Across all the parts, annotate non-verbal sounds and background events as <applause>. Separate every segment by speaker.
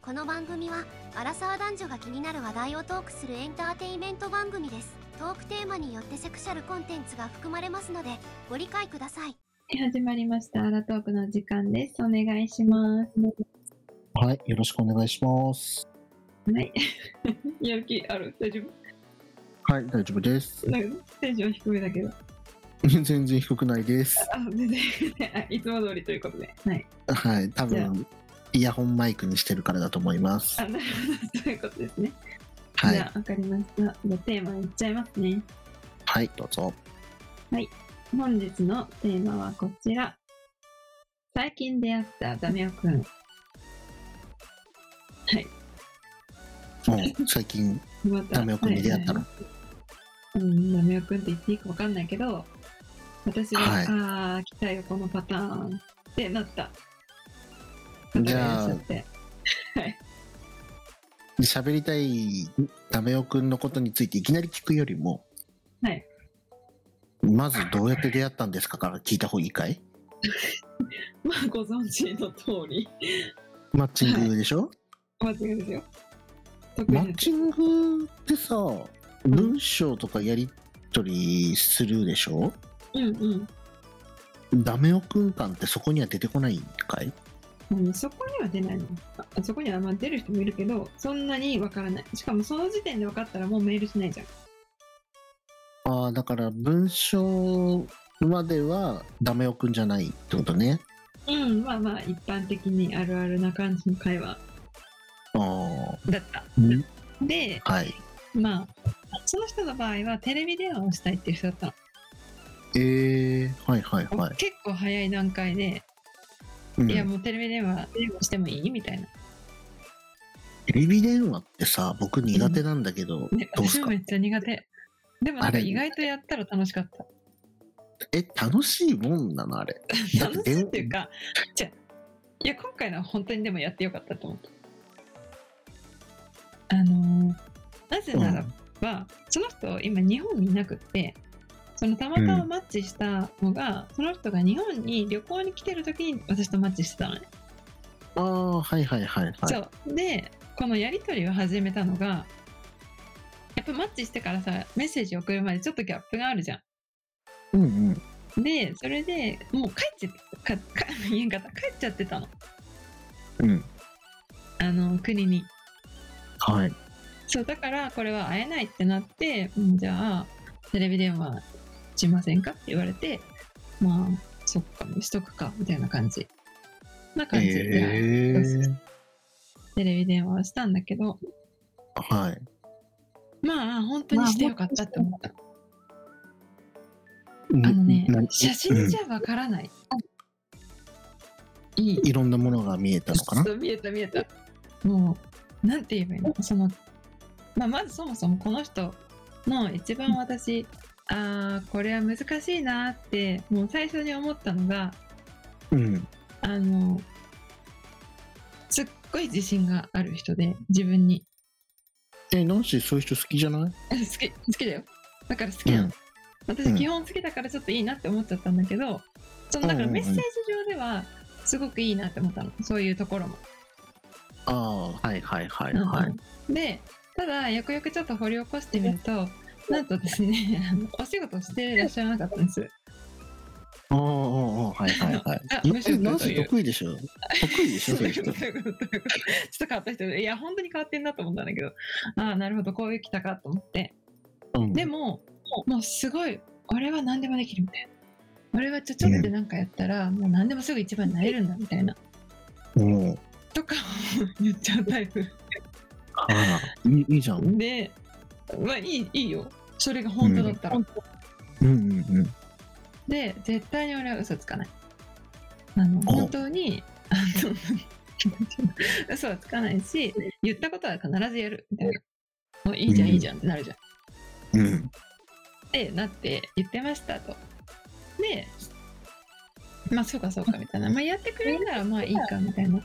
Speaker 1: この番組はアラサー男女が気になる話題をトークするエンターテインメント番組ですトークテーマによってセクシャルコンテンツが含まれますのでご理解ください
Speaker 2: はい始まりました。アラトークの時間です。お願いします。
Speaker 3: はい、よろしくお願いします。
Speaker 2: はい。やる気ある大丈
Speaker 3: はい、大丈夫です。 <laughs>
Speaker 2: 夫なんかテンション低めだけど。
Speaker 3: 全然低くないです。
Speaker 2: あ、全然。あいつも通りということで。はい。
Speaker 3: はい、多
Speaker 2: じゃあ
Speaker 3: 分イヤホンマイクにしてるからだと思います
Speaker 2: あ、。なるほど。そういうことですね。
Speaker 3: は
Speaker 2: じ
Speaker 3: い
Speaker 2: ゃ、あ、わかりました。じゃあ、テーマいっちゃいますね。
Speaker 3: はい、どうぞ。
Speaker 2: 本日のテーマはこちら。最近出会ったダメオくん。
Speaker 3: もう最 <laughs> 近
Speaker 2: また
Speaker 3: ダメオくんに出会ったの。
Speaker 2: うん、ダメオくんって言っていいかわかんないけど、私は、
Speaker 3: はい
Speaker 2: ああ、来たよ、このパターンってなった。
Speaker 3: じゃあ
Speaker 2: 方がいらっしって
Speaker 3: 喋りたいダメオくんのことについていきなり聞くよりも、
Speaker 2: はい
Speaker 3: まずどうやって出会ったんですかから聞いた方がいいかい
Speaker 2: まあ、ご存知の通り、
Speaker 3: マッチングでしょ、
Speaker 2: お間違いですよ。特
Speaker 3: マ
Speaker 2: に
Speaker 3: ッチングってさ、文章とかやり取りするでしょ、
Speaker 2: うんうん
Speaker 3: ダメオくん感ってそこには出てこないんかい
Speaker 2: うん、そこには出ないの。あそこには、まあ、出る人もいるけど、そんなにわからない。しかも、その時点で分かったら、もうメールしないじゃん。
Speaker 3: ああだから文章まではダメオくんじゃないってことね
Speaker 2: うん、まあまあ、一般的にあるあるな感じの会話
Speaker 3: あ
Speaker 2: だった。
Speaker 3: あん
Speaker 2: で、
Speaker 3: はい
Speaker 2: まあ、その人の場合はテレビ電話をしたいっていう人だった
Speaker 3: えー、はいはい
Speaker 2: の、
Speaker 3: はい、
Speaker 2: 結構早い段階で、
Speaker 3: うん
Speaker 2: いやもうテレビ電話してもいいみたいな、
Speaker 3: テレビ電話ってさ僕苦手なんだけど、
Speaker 2: ね、
Speaker 3: どうす
Speaker 2: 私も <laughs>
Speaker 3: か
Speaker 2: めっちゃ苦手でもなん
Speaker 3: あ
Speaker 2: か
Speaker 3: れ
Speaker 2: 意外とやったら楽しかった
Speaker 3: え楽しいもんなのあれだっ
Speaker 2: 楽してい
Speaker 3: 電
Speaker 2: っていうかじゃあいや今回のは本当にでもやってよかったと思ったあのーなぜならば、その人今日本にいなくってそのたまたまマッチしたのが、その人が日本に旅行に来てる時に私とマッチしてたのね
Speaker 3: ああはいはいはいはい
Speaker 2: そうでこのやり取りを始めたのがやっぱマッチしてからさメッセージ送るまでちょっとギャップがあるじゃ
Speaker 3: うんうん
Speaker 2: んでそれでもう帰っちゃってかか言えんかった帰っちゃってたの
Speaker 3: うん
Speaker 2: あの国に
Speaker 3: はい
Speaker 2: そうだからこれは会えないってなってうんじゃあテレビ電話しませんかって言われてまあそっかしとくかみたいな感じな感じで、
Speaker 3: えー、
Speaker 2: テレビ電話をしたんだけど
Speaker 3: はい
Speaker 2: まあ本当にしてよかったって思った
Speaker 3: あ
Speaker 2: あのね、写真じゃわからない。いい。
Speaker 3: いろんなものが見えたのかな
Speaker 2: そう見えた見えた。もう、なんて言えばいいのその、まあ、まずそもそもこの人の一番私、ああ、これは難しいなーって、もう最初に思ったのが、
Speaker 3: うん
Speaker 2: あの、すっごい自信がある人で、自分に。 <laughs>
Speaker 3: えナンシーそういう人好きじゃない
Speaker 2: 好き、好きだよ。だから好きなの。私
Speaker 3: うん
Speaker 2: 基本好きだからちょっといいなって思っちゃったんだけど、そのだから
Speaker 3: うんうん
Speaker 2: メ
Speaker 3: う
Speaker 2: ッセ
Speaker 3: ん
Speaker 2: ージ上ではすごくいいなって思ったのそういうところも。
Speaker 3: ああはいはいはい
Speaker 2: うんうん
Speaker 3: はい、
Speaker 2: でただよくよくちょっと掘り起こしてみるとなんとですね <laughs> あのお仕事していらっしゃらなかったんです。
Speaker 3: ああああああはいはいはい
Speaker 2: あ。
Speaker 3: い
Speaker 2: むしろ
Speaker 3: えナンシ
Speaker 2: という
Speaker 3: ー得意でしょ得意でしょそういう人。
Speaker 2: <laughs> ちょっと変わった人でいや本当に変わってんなと思ったんだけどああなるほどこういう来たかと思って
Speaker 3: うん
Speaker 2: でも、もうすごい、俺は何でもできるみたいな。俺はちょちょってなんかやったら、もう何でもすぐ一番になれるんだみたいな。
Speaker 3: もう
Speaker 2: とか言っちゃうタイプ。
Speaker 3: ああいいいいじゃん。
Speaker 2: で、まあいいいいよ。それが本当だったら。
Speaker 3: うんうんうん。
Speaker 2: で、絶対に俺は嘘つかない。あの、
Speaker 3: お
Speaker 2: 本当に、あの、嘘はつかないし、言ったことは必ずやるみたいな。もういいじゃん、
Speaker 3: うん
Speaker 2: いいじゃんってなるじゃん。
Speaker 3: うん
Speaker 2: ってなって言ってましたと。で、まあそうかそうかみたいな。まあやってくれるならまあいいかみたいな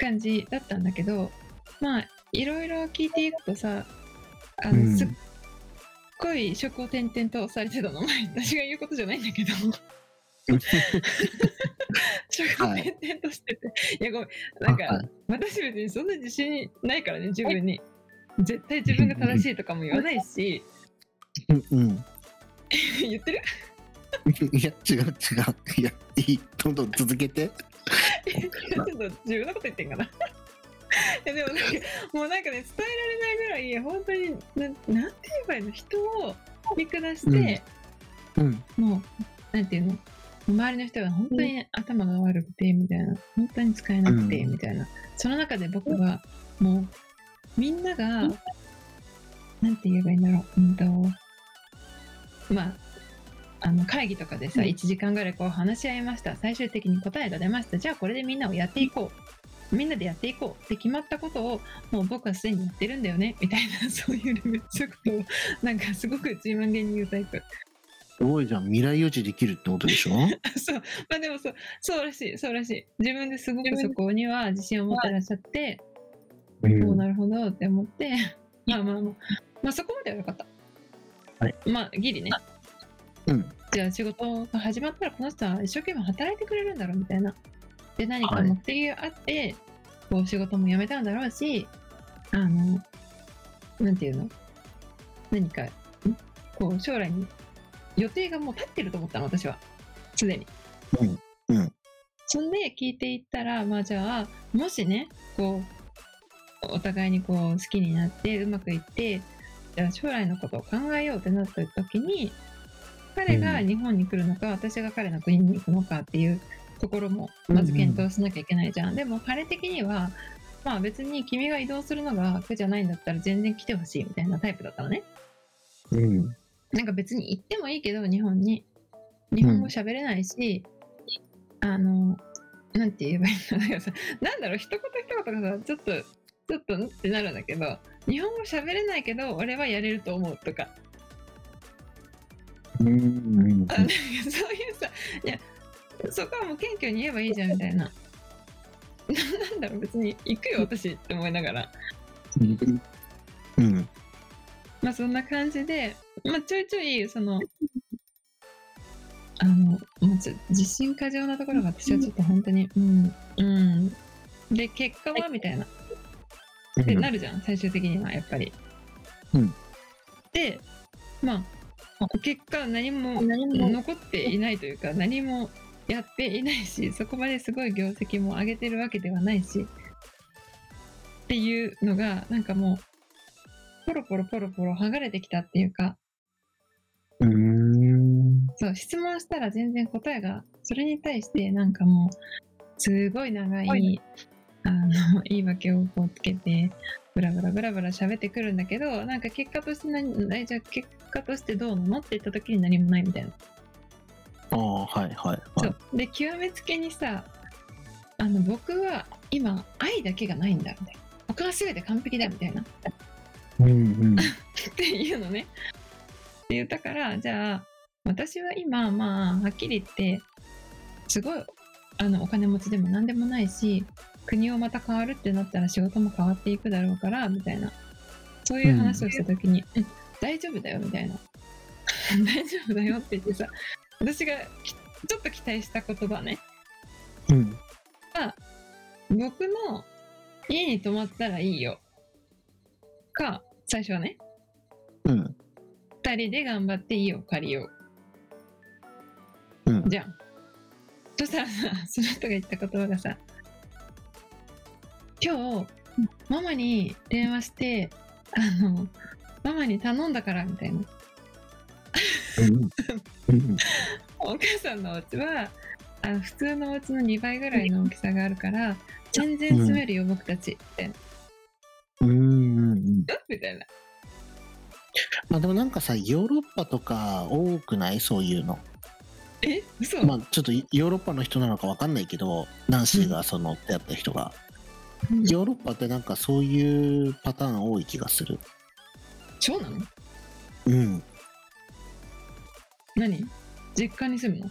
Speaker 2: 感じだったんだけど、まあいろいろ聞いていくとさ、あ
Speaker 3: う
Speaker 2: の
Speaker 3: ん
Speaker 2: すっごい職を転
Speaker 3: <laughs>
Speaker 2: 々とされてたの。まあ私が言うことじゃないんだけど。中学
Speaker 3: はい
Speaker 2: 転々としてて、い、やごめんなんか、
Speaker 3: あはい
Speaker 2: 私別にそんな自信ないからね自分に絶対自分が正しいとかも言わないし
Speaker 3: うんうん。
Speaker 2: 言ってる
Speaker 3: いや、違う違う。いや、いい。どんどん続けて。
Speaker 2: ちょっと自分のこと言ってんかな <laughs> いやでもなんかもうなんかね伝えられないぐらい本当にななんて言えばいいの人を見下して、
Speaker 3: うん。
Speaker 2: もうなんていうの周りの人が本当に頭が悪くてみたいな本当に使えなくて
Speaker 3: うん
Speaker 2: みたいな、その中で僕はもうみんなが、なんて言えばいいんだろううんとまああの会議とかでさ、
Speaker 3: うん
Speaker 2: 1時間ぐらいこう話し合いました最終的に答えが出ましたじゃあこれでみんなをやっていこうみんなでやっていこうって決まったことをもう僕はすでにやってるんだよねみたいなそういうレベルそういうことをなんかすごく自慢げに言うタイプ
Speaker 3: すごいじゃん。未来予知できるってことでしょ
Speaker 2: <laughs> そうまあでもそうそうらしいそうらしい自分ですごくそこには自信を持ってらっしゃって、
Speaker 3: う。
Speaker 2: もうんなるほどって思ってまあまあまあまあそこまではよかった、
Speaker 3: はい、
Speaker 2: まあギリね
Speaker 3: うん。
Speaker 2: じゃあ仕事が始まったらこの人は一生懸命働いてくれるんだろうみたいなで何か
Speaker 3: はい
Speaker 2: 目的があって、こう仕事も辞めたんだろうしあのなんていうの何かんこう将来に予定がもう立ってると思ったの私はすでに
Speaker 3: うんうん
Speaker 2: そんで聞いていったらまあじゃあもしねこうお互いにこう好きになってうまくいってじゃあ将来のことを考えようってなった時に彼が日本に来るのか、私が彼の国に行くのかっていうところもまず検討しなきゃいけないじゃん、でも彼的にはまあ別に君が移動するのが苦じゃないんだったら全然来てほしいみたいなタイプだったのね
Speaker 3: うん。
Speaker 2: なんか別に行ってもいいけど日本に日本語喋れないし、あのなんて言えばいいのなんかさなん <laughs> だろう一言一言がさちょっとちょっとんってなるんだけど日本語喋れないけど俺はやれると思うとか <laughs>
Speaker 3: うん。うん
Speaker 2: あなんかそういうさいやそこはもう謙虚に言えばいいじゃんみたいな。 <laughs> ななんだろう別に行くよ私って思いながら
Speaker 3: うん。うん。
Speaker 2: まあそんな感じで、まあ、ちょいちょいそのあのもうちょ自信過剰なところが私はちょっと本当にうんうんで結果はみたいなってなるじゃん最終的にはやっぱり。
Speaker 3: うん
Speaker 2: でまあ結果何も
Speaker 3: 何も
Speaker 2: 残っていないというか何もやっていない <laughs> しそこまですごい業績も上げてるわけではないしっていうのがなんかもうポロポロポロポロ剥がれてきたっていうか
Speaker 3: うん。
Speaker 2: そう質問したら全然答えがそれに対してなんかもうすごい長い、
Speaker 3: はい
Speaker 2: あの <laughs> 言い訳をこうつけてブラブラブラブラ喋ってくるんだけどなんか結果として何えじゃあ結果としてどうなのって言った時に何もないみたいな。
Speaker 3: ああ、はいはい
Speaker 2: そ
Speaker 3: は
Speaker 2: うで極めつけにさあの僕は今愛だけがないんだみたいな他は全て完璧だみたいな <laughs> っ
Speaker 3: い。うん
Speaker 2: ていうのねって言ったからじゃあ私は今まあはっきり言ってすごいあのお金持ちでも何でもないし国をまた変わるってなったら仕事も変わっていくだろうからみたいなそういう話をした時に「うん大丈夫だよ」みたいな <laughs> 「大丈夫だよ」って言ってさ私がきちょっと期待した言葉ね
Speaker 3: うん。うん。
Speaker 2: 僕の家に泊まったらいいよか最初はね
Speaker 3: うん。
Speaker 2: 2人で頑張って家を借りよ
Speaker 3: う。
Speaker 2: うんじゃんそしたらさその人が言った言葉がさ今日ママに電話してあのママに頼んだからみたいな
Speaker 3: うん。
Speaker 2: お母さんのお家はあ普通のお家の2倍ぐらいの大きさがあるから全然住めるよ、僕たちみたいな
Speaker 3: うん。
Speaker 2: えみたいな
Speaker 3: まあでもなんかさ、ヨーロッパとか多くないそういうの。
Speaker 2: え嘘、
Speaker 3: まあちょっとヨーロッパの人なのかわかんないけど、男子がその出会った人が。
Speaker 2: うん
Speaker 3: ヨーロッパってなんかそういうパターン多い気がする。
Speaker 2: そうなの
Speaker 3: うん。
Speaker 2: 何実家に住む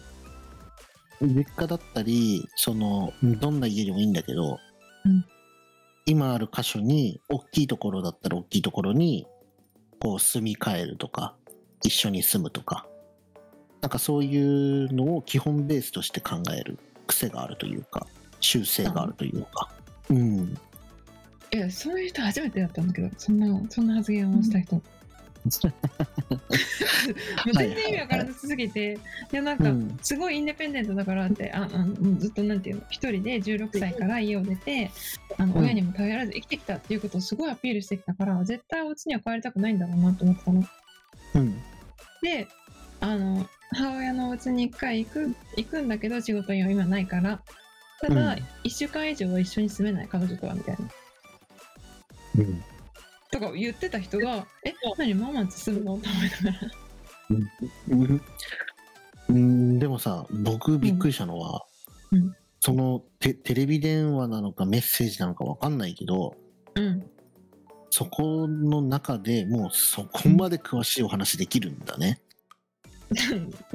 Speaker 2: の
Speaker 3: 実家だったり、その、どんな家でもいいんだけど、
Speaker 2: うん
Speaker 3: 今ある箇所に、大きいところだったら大きいところに、こう住み替えるとか、一緒に住むとか、なんかそういうのを基本ベースとして考える癖があるというか習性があるというか、うん、
Speaker 2: いやそういう人初めてだったんだけどそんなそんな発言をした人、もう全然意味わからなすぎて、いやなん
Speaker 3: う
Speaker 2: か、
Speaker 3: ん、
Speaker 2: すごいインディペンデントだからってああうんずっとなんていうの一人で16歳から家を出てあの
Speaker 3: うん
Speaker 2: 親にも頼らず生きてきたっていうことをすごいアピールしてきたから絶対お家には帰りたくないんだろうなと思ってたの。
Speaker 3: うん、
Speaker 2: であの母親のお家に1回行く行くんだけど仕事には今ないからただ、
Speaker 3: うん
Speaker 2: 1週間以上は一緒に住めない彼女とはみたいな
Speaker 3: うん、
Speaker 2: とか言ってた人が「え何ママんち住むの?」と思いながら
Speaker 3: うんうん、でもさ僕びっくりしたのは、
Speaker 2: うん
Speaker 3: そのテテレビ電話なのかメッセージなのかわかんないけど
Speaker 2: うん
Speaker 3: そこの中でもうそこまで詳しいお話できるんだね。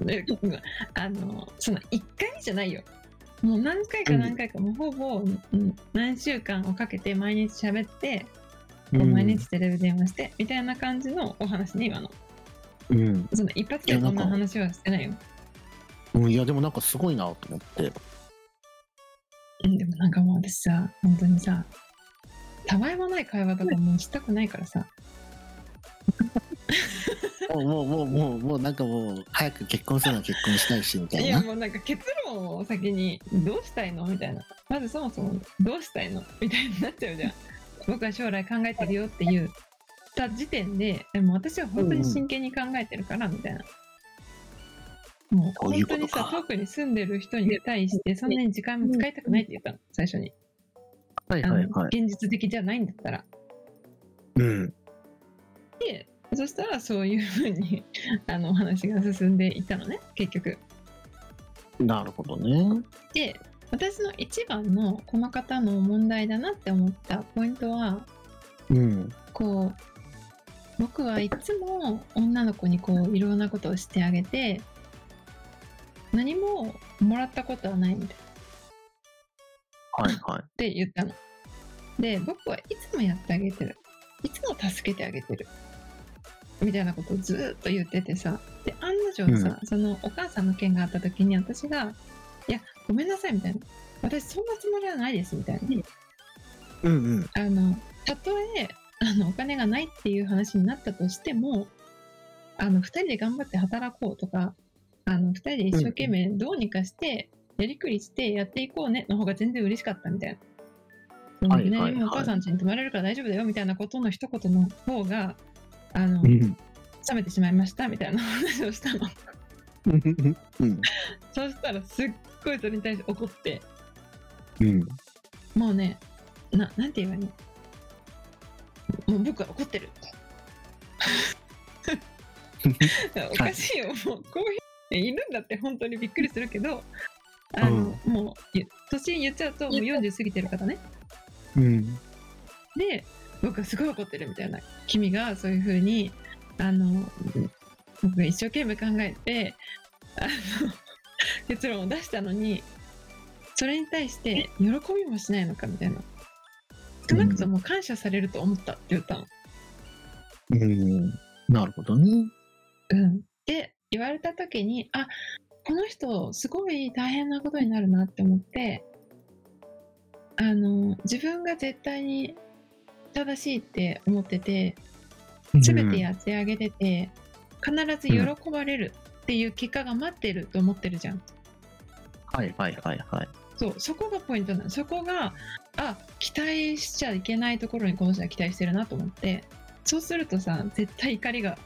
Speaker 2: であのその1回じゃないよもう何回か何回か、もうほぼ、うん、何週間をかけて毎日喋って、こう毎日テレビ電話してみたいな感じのお話ね今の
Speaker 3: うん、
Speaker 2: その一発でこんな話はしてないよ
Speaker 3: うん、いやでもなんかすごいなと思って。
Speaker 2: うんでもなんかもう私さ本当にさたわいもない会話とかもうしたくないからさ
Speaker 3: もうもうもうもうもうなんかもう早く結婚するなら結婚したいしみた
Speaker 2: い
Speaker 3: い
Speaker 2: や
Speaker 3: な。
Speaker 2: もうなんか結論を先にどうしたいのみたいなまずそもそもどうしたいのみたいになっちゃう
Speaker 3: <laughs>
Speaker 2: じゃん僕は将来考えてるよって言った時点ででも私は本当に真剣に考えてるからみたいな、もう
Speaker 3: そうい
Speaker 2: 本当
Speaker 3: うこと
Speaker 2: に
Speaker 3: か
Speaker 2: さ遠くに住んでる人に対してそんなに時間も使いたくないって言ったの最初に、
Speaker 3: はい
Speaker 2: あの
Speaker 3: はいはい。
Speaker 2: 現実的じゃないんだったら
Speaker 3: うん。
Speaker 2: でそしたらそういうふうにあのお話が進んでいったのね結局
Speaker 3: なるほどね。
Speaker 2: で私の一番のこの方の問題だなって思ったポイントは
Speaker 3: うん。
Speaker 2: こう僕はいつも女の子にこういろんなことをしてあげて何ももらったことはないみたいっ
Speaker 3: はいはい。
Speaker 2: て言ったの。で僕はいつもやってあげてるいつも助けてあげてるみたいなことをずーっと言っててさで案の定さ、そのお母さんの件があった時に私が「いやごめんなさい」みたいな「私そんなつもりはないです」みたいな。
Speaker 3: うんうん。
Speaker 2: あのたとえあのお金がないっていう話になったとしてもあの2人で頑張って働こうとかあの2人で一生懸命どうにかしてやりくりしてやっていこうねの方が全然嬉しかったみたいな。
Speaker 3: はいはいはい
Speaker 2: 何もお母さん家に泊まれるから大丈夫だよみたいなことの一言の方があの、冷
Speaker 3: ん。
Speaker 2: めてしまいましたみたいな <laughs> 話をしたの。
Speaker 3: うん。
Speaker 2: そしたらすっごいそれに対して怒って。
Speaker 3: うん。
Speaker 2: もうね、な、なんて言えばいいのもう僕は怒ってる。おかしいよ、もうこういう人いるんだって本当にびっくりするけど、あの、もう、ゆ年言っちゃうともう40過ぎてる方ね。
Speaker 3: うん。
Speaker 2: で、僕はすごい怒ってるみたいな。君がそういうふうに、あの、僕が一生懸命考えて、あの、 <laughs> 結論を出したのに、それに対して喜びもしないのかみたいな。少なくとも感謝されると思ったって言ったの。
Speaker 3: うん。なるほどね。
Speaker 2: うん。で、言われた時に、あ、この人、すごい大変なことになるなって思って、あの、自分が絶対に正しいって思ってて、全てやってあげてて、必ず喜ばれるっていう結果が待ってると思ってるじゃん。
Speaker 3: はいはいはいはい。
Speaker 2: そう、そこがポイントなの。そこが、あ、期待しちゃいけないところにこの人は期待してるなと思って、そうするとさ、絶対怒りが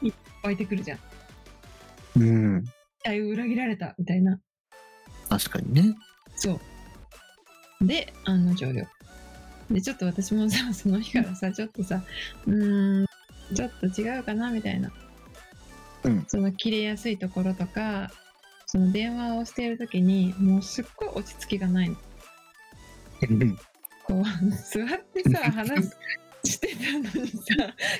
Speaker 2: 湧いてくるじゃん。期
Speaker 3: うん。
Speaker 2: 待を裏切られたみたいな。
Speaker 3: 確かにね。
Speaker 2: そう。で、案の定よ。で、ちょっと私もさ、その日からさ、ちょっとさ、うーん、ちょっと違うかなみたいな。
Speaker 3: うん。
Speaker 2: その切れやすいところとか、その電話をしているときに、もうすっごい落ち着きがないの。
Speaker 3: うん。
Speaker 2: こう、座って
Speaker 3: <laughs>
Speaker 2: さ、話してたのにさ、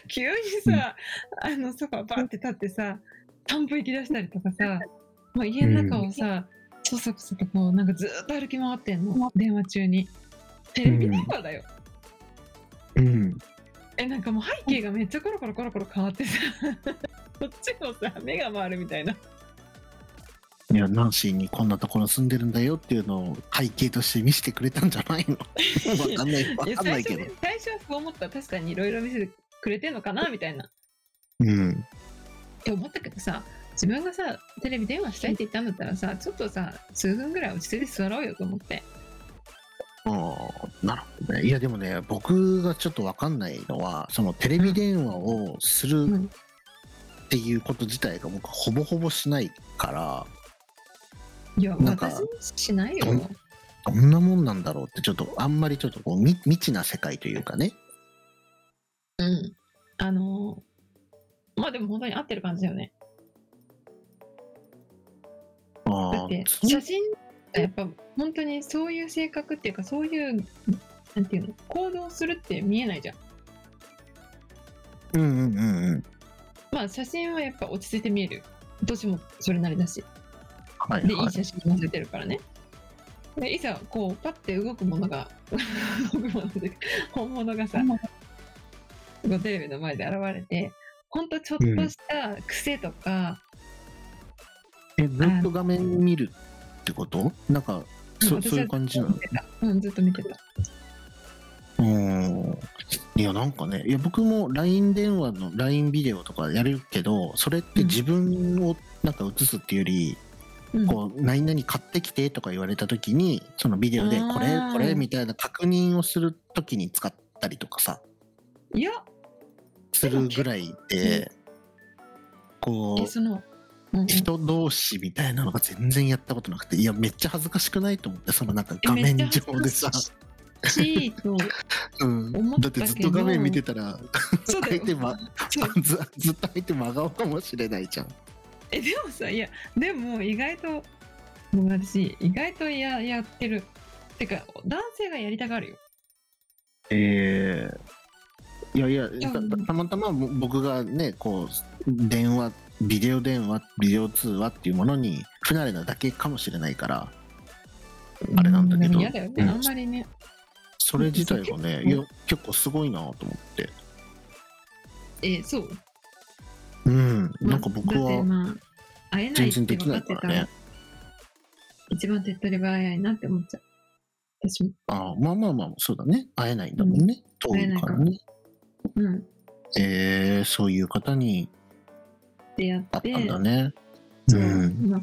Speaker 2: 急にさ、あの、ソファバンって立ってさ、散歩行き出したりとかさ、もう家の中をさ、そそくそとこう、なんかずーっと歩き回ってんの、電話中に。テレビ電話だよ。
Speaker 3: うん。
Speaker 2: えなんかもう背景がめっちゃコロコロ <laughs> コロコロ変わってさこっちもさ目が回るみたいな
Speaker 3: ういやナンシーにこんなところ住んでるんだよっていうのを背景として見せてくれたんじゃないのわかんないわ
Speaker 2: いや
Speaker 3: かんな
Speaker 2: 最初
Speaker 3: いけど
Speaker 2: ね最初はそう思った確かにいろいろ見せてくれてんのかなみたいなっ
Speaker 3: うん
Speaker 2: て思ったけどさ自分がさテレビ電話したいって言ったんだったらさちょっとさ数分ぐらい落ち着いて座ろうよと思って
Speaker 3: あーなるほどねいやでもね僕がちょっとわかんないのはそのテレビ電話をする
Speaker 2: うん
Speaker 3: っていうこと自体が僕ほぼほぼしないから
Speaker 2: いや
Speaker 3: なんか
Speaker 2: 私しないよ
Speaker 3: どんどんなもんなんだろうってちょっとあんまりちょっとこうみ未知な世界というかね
Speaker 2: うんあのまあでも本当に合ってる感じだよねだ
Speaker 3: あ
Speaker 2: って
Speaker 3: ーそう
Speaker 2: 写真ってやっぱ本当にそういう性格っていうかそういうなんていうの行動するって見えないじゃん
Speaker 3: うんうんうんうん
Speaker 2: まあ写真はやっぱ落ち着いて見える年もそれなりだし
Speaker 3: はい
Speaker 2: で、
Speaker 3: はい
Speaker 2: い、い写真載せてるからね。でいざこうパッて動くものが <laughs> 動くもので本物がさこうテレビの前で現れてほんとちょっとした癖とか、
Speaker 3: えずっと画面見るってことなんかそ
Speaker 2: ん
Speaker 3: そういう感じなの
Speaker 2: ずっと見てたうんずっと見てた
Speaker 3: うーんいやなんかねいや僕も LINE 電話の LINE ビデオとかやるけどそれって自分をなんか映すっていうよ
Speaker 2: う
Speaker 3: り、
Speaker 2: ん
Speaker 3: こう何々買ってきてとか言われた時にそのビデオで
Speaker 2: あー
Speaker 3: これこれみたいな確認をする時に使ったりとかさ
Speaker 2: いや
Speaker 3: するぐらいでこ
Speaker 2: え
Speaker 3: う
Speaker 2: その、うんうん
Speaker 3: 人同士みたいなのが全然やったことなくていやめっちゃ恥ずかしくないと思ってそのなんか画面上でさ、
Speaker 2: 地位と
Speaker 3: うん、
Speaker 2: 思っ
Speaker 3: だ
Speaker 2: た
Speaker 3: っ
Speaker 2: け
Speaker 3: て
Speaker 2: ど
Speaker 3: ずっと画面見てたら
Speaker 2: そうだ
Speaker 3: 相
Speaker 2: よ
Speaker 3: 手は
Speaker 2: そう
Speaker 3: <laughs> ずずっと相手真顔かもしれないじゃん。
Speaker 2: えでもさいやでも意外ともう私意外とややってるてか男性がやりたがるよ
Speaker 3: えいやいやた
Speaker 2: うん
Speaker 3: たまたまぼ僕がねこう電話ビデオ電話ビデオ通話っていうものに不慣れなだけかもしれないからあれなんだけど
Speaker 2: う嫌だよね、
Speaker 3: うん
Speaker 2: あんまりね
Speaker 3: それ自体がね
Speaker 2: うん
Speaker 3: いや結構すごいなと思って
Speaker 2: えそう
Speaker 3: うんなんか
Speaker 2: まあだっ
Speaker 3: 僕
Speaker 2: て
Speaker 3: は
Speaker 2: まあ、会えない
Speaker 3: 全
Speaker 2: って分
Speaker 3: 然でき
Speaker 2: か
Speaker 3: な
Speaker 2: っ
Speaker 3: いか
Speaker 2: てた
Speaker 3: ら
Speaker 2: ら、
Speaker 3: ね
Speaker 2: 一番手っ取り早いなって思っちゃう私も
Speaker 3: あまあまあまあそうだね会えないんだもんね、
Speaker 2: ん
Speaker 3: 遠いからね
Speaker 2: うん
Speaker 3: えー、そういう方に
Speaker 2: でや
Speaker 3: あ
Speaker 2: っ
Speaker 3: ってたんだね
Speaker 2: そう
Speaker 3: うん
Speaker 2: まあ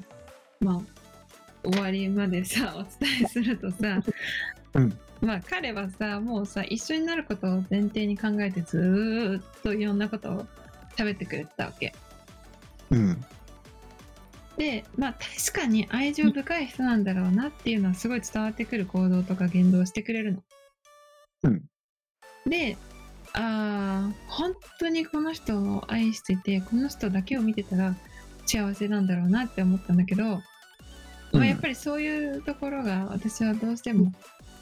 Speaker 2: まあ終わりまでさお伝えするとさ、
Speaker 3: <laughs> うん
Speaker 2: まあ彼はさもうさ一緒になることを前提に考えてずーっといろんなことを喋ってくれてたわけ
Speaker 3: うん
Speaker 2: でまあ確かに愛情深い人なんだろうなっていうのはすごい伝わってくる行動とか言動をしてくれるの。
Speaker 3: うん
Speaker 2: であー本当にこの人を愛しててこの人だけを見てたら幸せなんだろうなって思ったんだけど、
Speaker 3: う
Speaker 2: まあ、
Speaker 3: ん
Speaker 2: やっぱりそういうところが私はどうしても、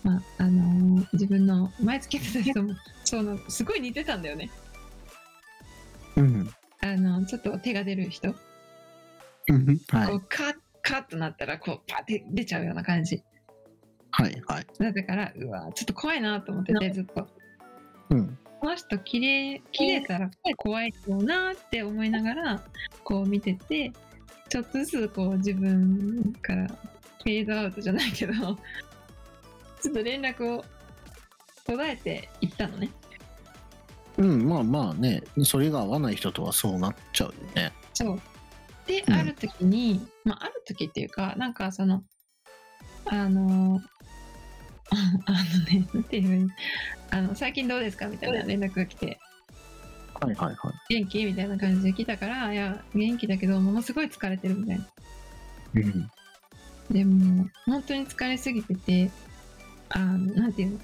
Speaker 2: まああのー自分の前つけてた
Speaker 3: <laughs>
Speaker 2: 人もそのすごい似てたんだよね
Speaker 3: うん
Speaker 2: あのちょっと手が出る人。
Speaker 3: うんはい
Speaker 2: こうカッカッとなったらこうパッて出ちゃうような感じ
Speaker 3: はいはい
Speaker 2: だからうわちょっと怖いなと思っててずっと
Speaker 3: うん
Speaker 2: この人綺麗綺麗から怖いよなって思いながらこう見ててちょっとずつこう自分からフェードアウトじゃないけどちょっと連絡を途絶えていったのね
Speaker 3: うん、まあまあね、それが合わない人とはそうなっちゃうよね。
Speaker 2: そう。で、
Speaker 3: うん
Speaker 2: ある時に、まあ、ある時っていうか、なんかその、あの、 <laughs> あのね、なんていうのあの、最近どうですかみたいな連絡が来て、
Speaker 3: はいはいは
Speaker 2: 元気みたいな感じで来たから、いや、元気だけど、ものすごい疲れてるみたいな。
Speaker 3: い。うん。
Speaker 2: でも、本当に疲れすぎてて、あの、なんていうの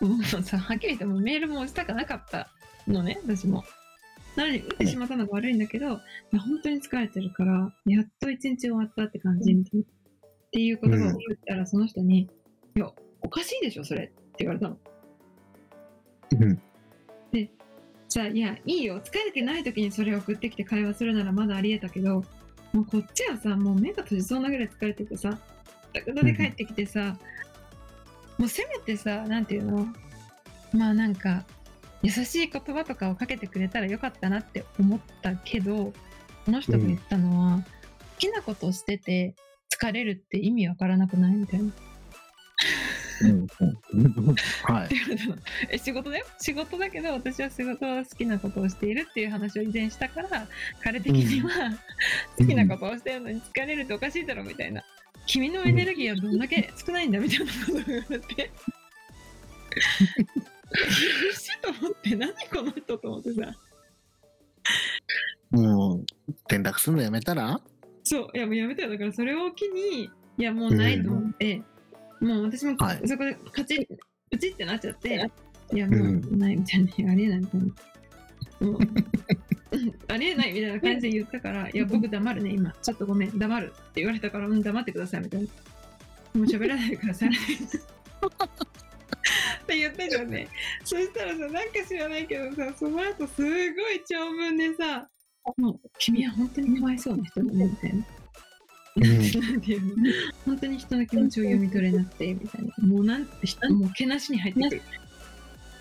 Speaker 2: もうさ、はっきり言ってもうメールもしたくなかったのね、私も。なのに、打ってしまったのが悪いんだけど、いや本当に疲れてるから、やっと一日終わったって感じみたいな。っていう言葉を言ったら、その人に、いや、おかしいでしょ、それって言われたの。
Speaker 3: うん。
Speaker 2: じゃあ、いや、いいよ、疲れてない時にそれ送ってきて会話するならまだありえたけど、もうこっちはさ、もう目が閉じそうなぐらい疲れててさ、ダクダで帰ってきてさ、もうせめてさ、なんていうの、まあなんか、優しい言葉とかをかけてくれたらよかったなって思ったけど、この人が言ったのは、きなことをしてて疲れるって意味わからなくないみたいな。
Speaker 3: うんうん、はい
Speaker 2: って。言われたのえ仕事だよ仕事だけど私は仕事は好きなことをしているっていう話を以前したから彼的には、
Speaker 3: うん
Speaker 2: <laughs> 好きなことをしてるのに疲れるっておかしいだろみたいな君のエネルギーはどんだけ少ないんだみたいなことを言われて苦しいと思って何この人と思ってさ
Speaker 3: もう、転落するのやめたら
Speaker 2: そういやもうやめてよだからそれを機にいやもうないと思って、もう私も
Speaker 3: はい
Speaker 2: そこでカチップチってなっちゃって、いやもうないみたいな、ありえないみたいな。 <laughs> もううんありえないみたいな感じで言ったから、いや、僕黙るね、今。ちょっとごめん、黙るって言われたから、うん、黙ってくださいみたいな。もう喋らないでください。って言ってたよ <laughs> ね。そしたらさ、なんか知らないけどさ、その後すごい長文でさ、もう、君は本当にかわいそうな人だね、みたいな。なんていうの本当に人の気持ちを読み取れなくて、みたいな。もうなんて、もうけなしに入って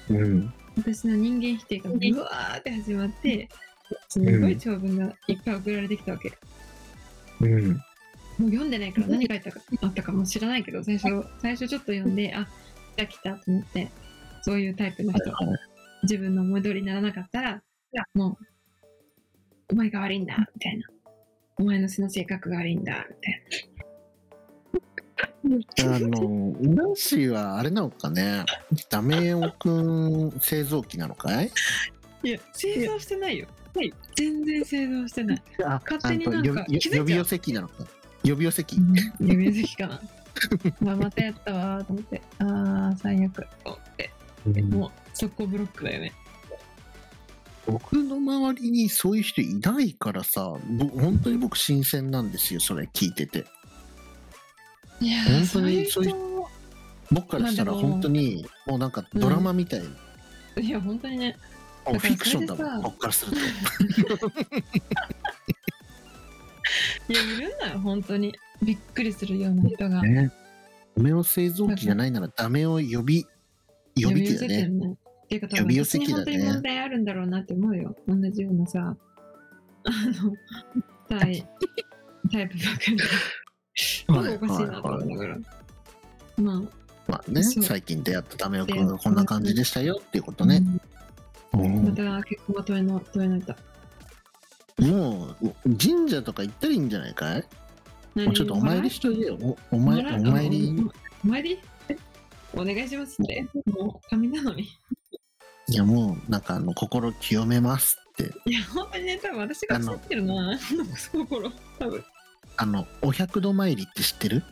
Speaker 2: くる。
Speaker 3: うん。
Speaker 2: 私の人間否定がうわーって始まって、すごい長文がいっぱい送られてきたわけ。
Speaker 3: うん。
Speaker 2: もう読んでないから何書いたかあったかも知らないけど、最初、最初ちょっと読んで、あ、来た来たと思って、そういうタイプの人、自分の思い通りにならなかったら、もう、お前が悪いんだ、みたいな。お前の素の性格が悪いんだ、みたい <laughs>
Speaker 3: あの、ナンシーはあれなのかねダメオくん製造機なのかい
Speaker 2: な。いや、製造してないよ。はい、全然製造してない。
Speaker 3: あ
Speaker 2: 勝手になんか
Speaker 3: あとよ
Speaker 2: 気づいちゃう
Speaker 3: 呼び寄せ機なのか呼び寄せ機
Speaker 2: 夢好きかな。まあ、またやったわーと思って、ああ、最悪。と思って、もう、速攻ブロックだよね。
Speaker 3: 僕の周りにそういう人いないからさ、ぼ本当に僕新鮮なんですよ、それ聞いてて。
Speaker 2: いや
Speaker 3: 本
Speaker 2: ー、
Speaker 3: 当
Speaker 2: そうい
Speaker 3: に
Speaker 2: う人、
Speaker 3: 僕からしたら
Speaker 2: まあでも
Speaker 3: 本当に、もうなんかドラマみたいな。
Speaker 2: いや、本当にね、
Speaker 3: もうフィクションだ
Speaker 2: だから
Speaker 3: もん、
Speaker 2: それでさ
Speaker 3: 僕からすると。
Speaker 2: いや、いるんだよ、本当に。びっくりするような人が。
Speaker 3: ね。ダメオ製造機じゃないならダメオ呼び、呼び機だ
Speaker 2: て
Speaker 3: ね。
Speaker 2: るね。っていうか、多
Speaker 3: 呼び
Speaker 2: 分、
Speaker 3: 寄
Speaker 2: 私
Speaker 3: せ
Speaker 2: に
Speaker 3: 機だ
Speaker 2: 本
Speaker 3: ね
Speaker 2: 当に問題あるんだろうなって思うよ。同じような
Speaker 3: <laughs>
Speaker 2: さ、あの、タイ、タイプばっかりで。
Speaker 3: は
Speaker 2: なんかおかしいなと思
Speaker 3: はいい
Speaker 2: ながら。まあ、
Speaker 3: まあね、
Speaker 2: そう
Speaker 3: 最近出会ったダメオ君がこんな感じでしたよっていうことね。
Speaker 2: うんま
Speaker 3: も
Speaker 2: た結婚は問えの問えないと。
Speaker 3: うもう神社とか行ったらいいんじゃないかいもうちょっとお参りしといてよ。おお
Speaker 2: お
Speaker 3: 参お参り。
Speaker 2: お参りお願いしますって。もう神頼み。
Speaker 3: いやもうなんかあの心清めますって。
Speaker 2: いや、本当にね、多分私が腐ってるな、その頃。多分。
Speaker 3: あの、お百度参りって知ってる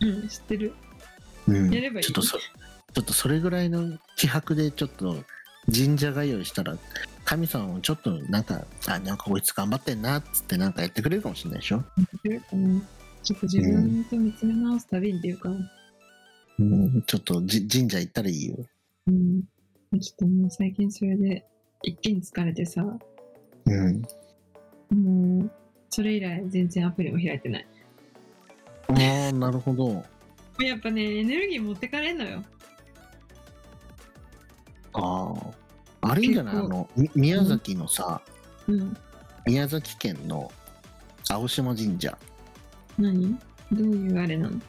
Speaker 2: うん、知ってる。
Speaker 3: うん。
Speaker 2: やればいい
Speaker 3: ちょっとそ、ちょっとそれぐらいの気迫でちょっと神社通いしたら、神様もちょっとなんか、あ、なんかこいつ頑張ってんなっつってなんかやってくれるかもしれないでしょ
Speaker 2: うんちょっと自分と見つめ直すたびにっていうか、
Speaker 3: うん。ちょっとじ神社行ったらいいよ。
Speaker 2: うん。ちょっともう最近それで一気に疲れてさ、も
Speaker 3: うん。
Speaker 2: う、それ以来全然アプリも開いてない。
Speaker 3: ああ、なるほど。
Speaker 2: やっぱね、エネルギー持ってかれんのよ。
Speaker 3: ああ。あれいいんじゃないあ
Speaker 2: 結構
Speaker 3: の、み宮崎のさ、
Speaker 2: うん。
Speaker 3: 宮崎県の青島神社。
Speaker 2: 何どういうあれなの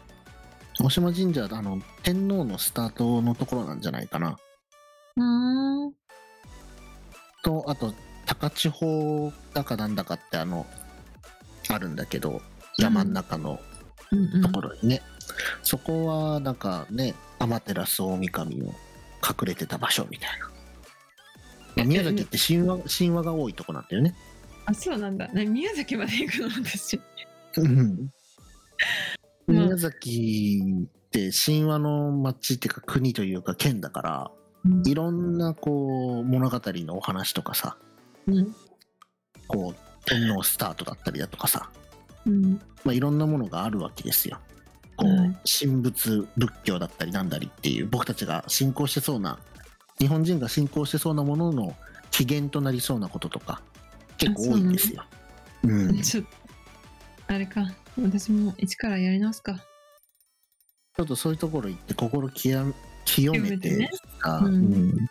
Speaker 3: 青島神社はあの天皇のスタートのところなんじゃないかな
Speaker 2: あ
Speaker 3: とあと高千穂だかなんだかってあのあるんだけど山の中の
Speaker 2: あ、うんうん
Speaker 3: ところにね、そこはなんかね天照大神の隠れてた場所みたいなまあ宮崎って神話神話が多いとこなんだよね
Speaker 2: あ、そうなんだ。ね、宮崎まで行くの私。
Speaker 3: うん
Speaker 2: うん
Speaker 3: <laughs> 宮崎って神話の町っていうか国というか県だから
Speaker 2: うん
Speaker 3: いろんなこう物語のお話とかさ
Speaker 2: うん。
Speaker 3: こう天皇スタートだったりだとかさ、
Speaker 2: うん。
Speaker 3: まあ、いろんなものがあるわけですよ。こう
Speaker 2: はい
Speaker 3: 神仏仏教だったりなんだりっていう僕たちが信仰してそうな日本人が信仰してそうなものの起源となりそうなこととか結構多いんですよ。うん、ち
Speaker 2: ちょっと、あれか。私も一からやり直すか。
Speaker 3: ょっとそういうところ行って心清め清め
Speaker 2: 清めて
Speaker 3: て
Speaker 2: ね
Speaker 3: さ、
Speaker 2: うん
Speaker 3: うん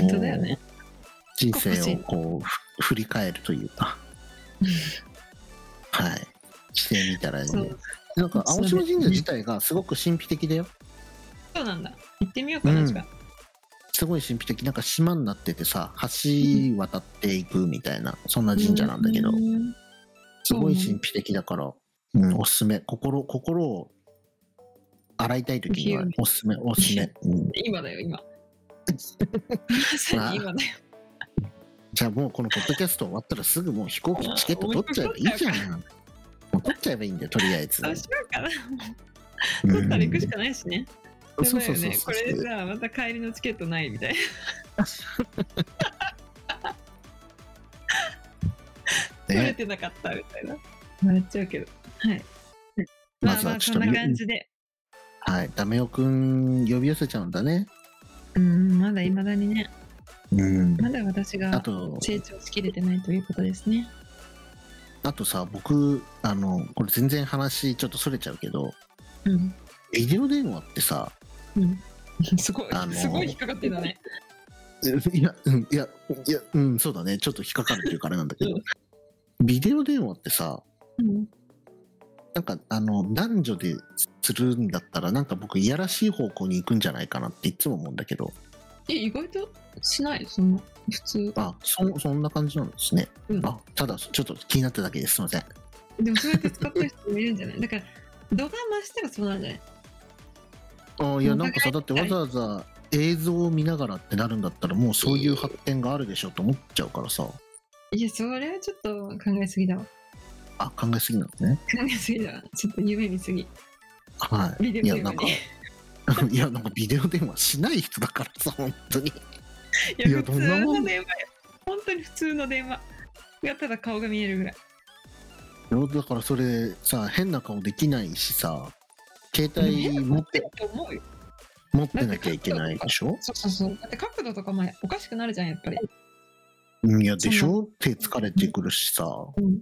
Speaker 2: 本当だよね。
Speaker 3: 人生をこうふ振り返るというか。はい、してみたらいいん
Speaker 2: そ
Speaker 3: で
Speaker 2: う
Speaker 3: なんか青島神社自体がすごく神秘的だよ
Speaker 2: そうなんだ行ってみようかな、
Speaker 3: うん
Speaker 2: じゃあ
Speaker 3: すごい神秘的なんか島になっててさ橋渡っていくみたいなそんな神社なんだけど
Speaker 2: うん
Speaker 3: すごい神秘的だから、うん、おすすめ心心を洗いたい時には
Speaker 2: 清め
Speaker 3: おすすめおすすめ、うん
Speaker 2: 今だよ
Speaker 3: <laughs>
Speaker 2: 今まさに今だよ
Speaker 3: じゃあもうこのポッドキャスト終わったらすぐもう飛行機チケット取っちゃえばいいじゃ
Speaker 2: <laughs>
Speaker 3: んもう取っちゃえばいいんだよとりあえず
Speaker 2: そうしようかな
Speaker 3: うん
Speaker 2: 取ったら行くしかないしね、や
Speaker 3: そう
Speaker 2: ばいよ
Speaker 3: そうそう
Speaker 2: ね
Speaker 3: そ
Speaker 2: こ
Speaker 3: う
Speaker 2: れじゃあまた帰りのチケットないみたいな取れ
Speaker 3: ね
Speaker 2: てなかったみたいな笑っちゃうけどはいまあ
Speaker 3: まず
Speaker 2: ま
Speaker 3: は
Speaker 2: あ
Speaker 3: ちょ
Speaker 2: そ
Speaker 3: っと
Speaker 2: んな
Speaker 3: み
Speaker 2: 感じで
Speaker 3: はいダメオくん呼び寄せちゃうんだね
Speaker 2: うんまだいまだにね
Speaker 3: うん
Speaker 2: まだ私
Speaker 3: あ
Speaker 2: が
Speaker 3: と
Speaker 2: 成長しきれてないということですね
Speaker 3: あとさ僕あのこれ全然話ちょっとそれちゃうけど
Speaker 2: うん
Speaker 3: ビデオ電話ってさ
Speaker 2: うんすごい、
Speaker 3: あのー
Speaker 2: すごい引っかかってたね
Speaker 3: いや、うん、いや、いや、うん、そうだね。ちょっと引っかかるっていうかあれなんだけど、ビデオ電話ってさ、
Speaker 2: うん
Speaker 3: なんか、あの、男女でするんだったら、なんか僕、いやらしい方向に行くんじゃないかなっていつも思うんだけど、
Speaker 2: え意外としないその普通
Speaker 3: あ、そ、そんな感じなんですね。
Speaker 2: うん
Speaker 3: あ、ただ、ちょっと気になっただけです。すいません。
Speaker 2: でもそうやって使ってる人もいるんじゃないだから度が増したらそうなんじゃない
Speaker 3: あいや、なんかさ、だってわざわざ映像を見ながらってなるんだったら、もうそういう発展があるでしょうと思っちゃうからさ、
Speaker 2: いやそれはちょっと考えすぎだわ
Speaker 3: あ、考えすぎなんですね。
Speaker 2: 考えすぎだわちょっと夢見すぎ
Speaker 3: はい。
Speaker 2: ビデオ
Speaker 3: いや、
Speaker 2: 電
Speaker 3: な
Speaker 2: 話
Speaker 3: んか
Speaker 2: に、
Speaker 3: <laughs> いや、なんかビデオ電話しない人だからさ、本当に。
Speaker 2: い
Speaker 3: い
Speaker 2: や
Speaker 3: や
Speaker 2: 普
Speaker 3: どんな
Speaker 2: 通
Speaker 3: もん
Speaker 2: の電話よ本当に普通の電話がただ顔が見えるぐらい
Speaker 3: だからそれさ変な顔できないしさ携帯持っ
Speaker 2: で
Speaker 3: て
Speaker 2: もと思うよ
Speaker 3: 持ってなきゃいけないでしょ
Speaker 2: そうそうそうだって角度とかもおかしくなるじゃんやっぱり、
Speaker 3: うんいやでしょ手疲れてくるしさ
Speaker 2: うん、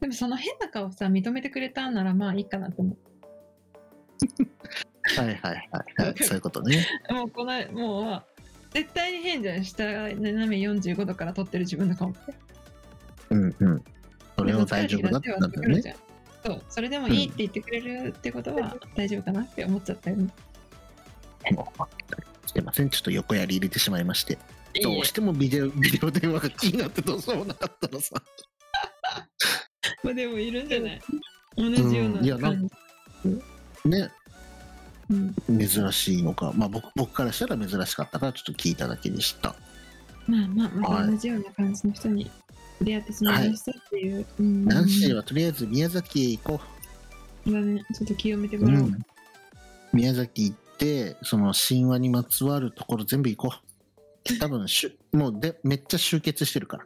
Speaker 2: でもその変な顔さ認めてくれたんならまあいいかなと思
Speaker 3: はいはいはいはいそういうことね
Speaker 2: うもうこのもう絶対に変じゃん下斜め45度から撮ってる自分の顔って
Speaker 3: うんうんそ
Speaker 2: そ
Speaker 3: れを大丈夫だってなんだよね
Speaker 2: そうそれでもいいって言ってくれるってことは大丈夫かなって思っちゃったよね、
Speaker 3: すいませんちょっと横やり入れてしまいまして
Speaker 2: いい
Speaker 3: ど
Speaker 2: え
Speaker 3: うしてもビデオビデオ電話が気になってどうしようもなかったらさ
Speaker 2: まあでもいるんじゃない同じよう
Speaker 3: うんいや
Speaker 2: な
Speaker 3: なん
Speaker 2: 感じ、
Speaker 3: ね
Speaker 2: うん
Speaker 3: 珍しいのかまあ僕僕からしたら珍しかったからちょっと聞いただけでした
Speaker 2: まあまあ、ま
Speaker 3: は
Speaker 2: た
Speaker 3: い
Speaker 2: 同じような感じの人に出会ってしまいましたっていう。うん
Speaker 3: ナンシーはとりあえず宮崎へ行こう
Speaker 2: まあね、ちょっと清めてもらおう。
Speaker 3: うん宮崎行ってその神話にまつわるところ全部行こう多
Speaker 2: <laughs>
Speaker 3: 分しゅもうでめっちゃ集結してるから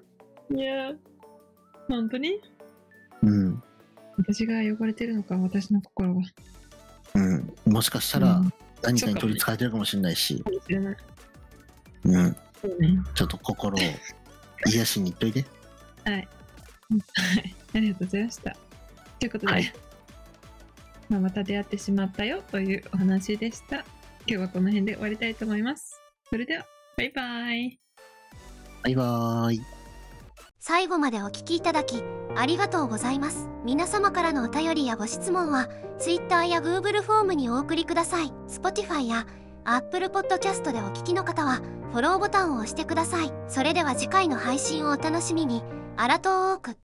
Speaker 2: いやー、本当に
Speaker 3: うん、
Speaker 2: 私が汚れてるのか、私の心が。
Speaker 3: うん、もしかした
Speaker 2: う
Speaker 3: ら
Speaker 2: ん
Speaker 3: 何かに取りつかれてるかもしれないし
Speaker 2: か、もしれない。
Speaker 3: うん、
Speaker 2: そうね。
Speaker 3: ちょっと心を癒しに行っといて
Speaker 2: はい。 <laughs> ありがとうございました。ということで、
Speaker 3: はい
Speaker 2: まあまた出会ってしまったよというお話でした。今日はこの辺で終わりたいと思います。それでは、バイバイ。
Speaker 3: バイバーイ
Speaker 1: 最後までお聞きいただきありがとうございます皆様からのお便りやご質問は Twitter や Google フォームにお送りください Spotify や Apple Podcast でお聞きの方はフォローボタンを押してくださいそれでは次回の配信をお楽しみにアラトーーク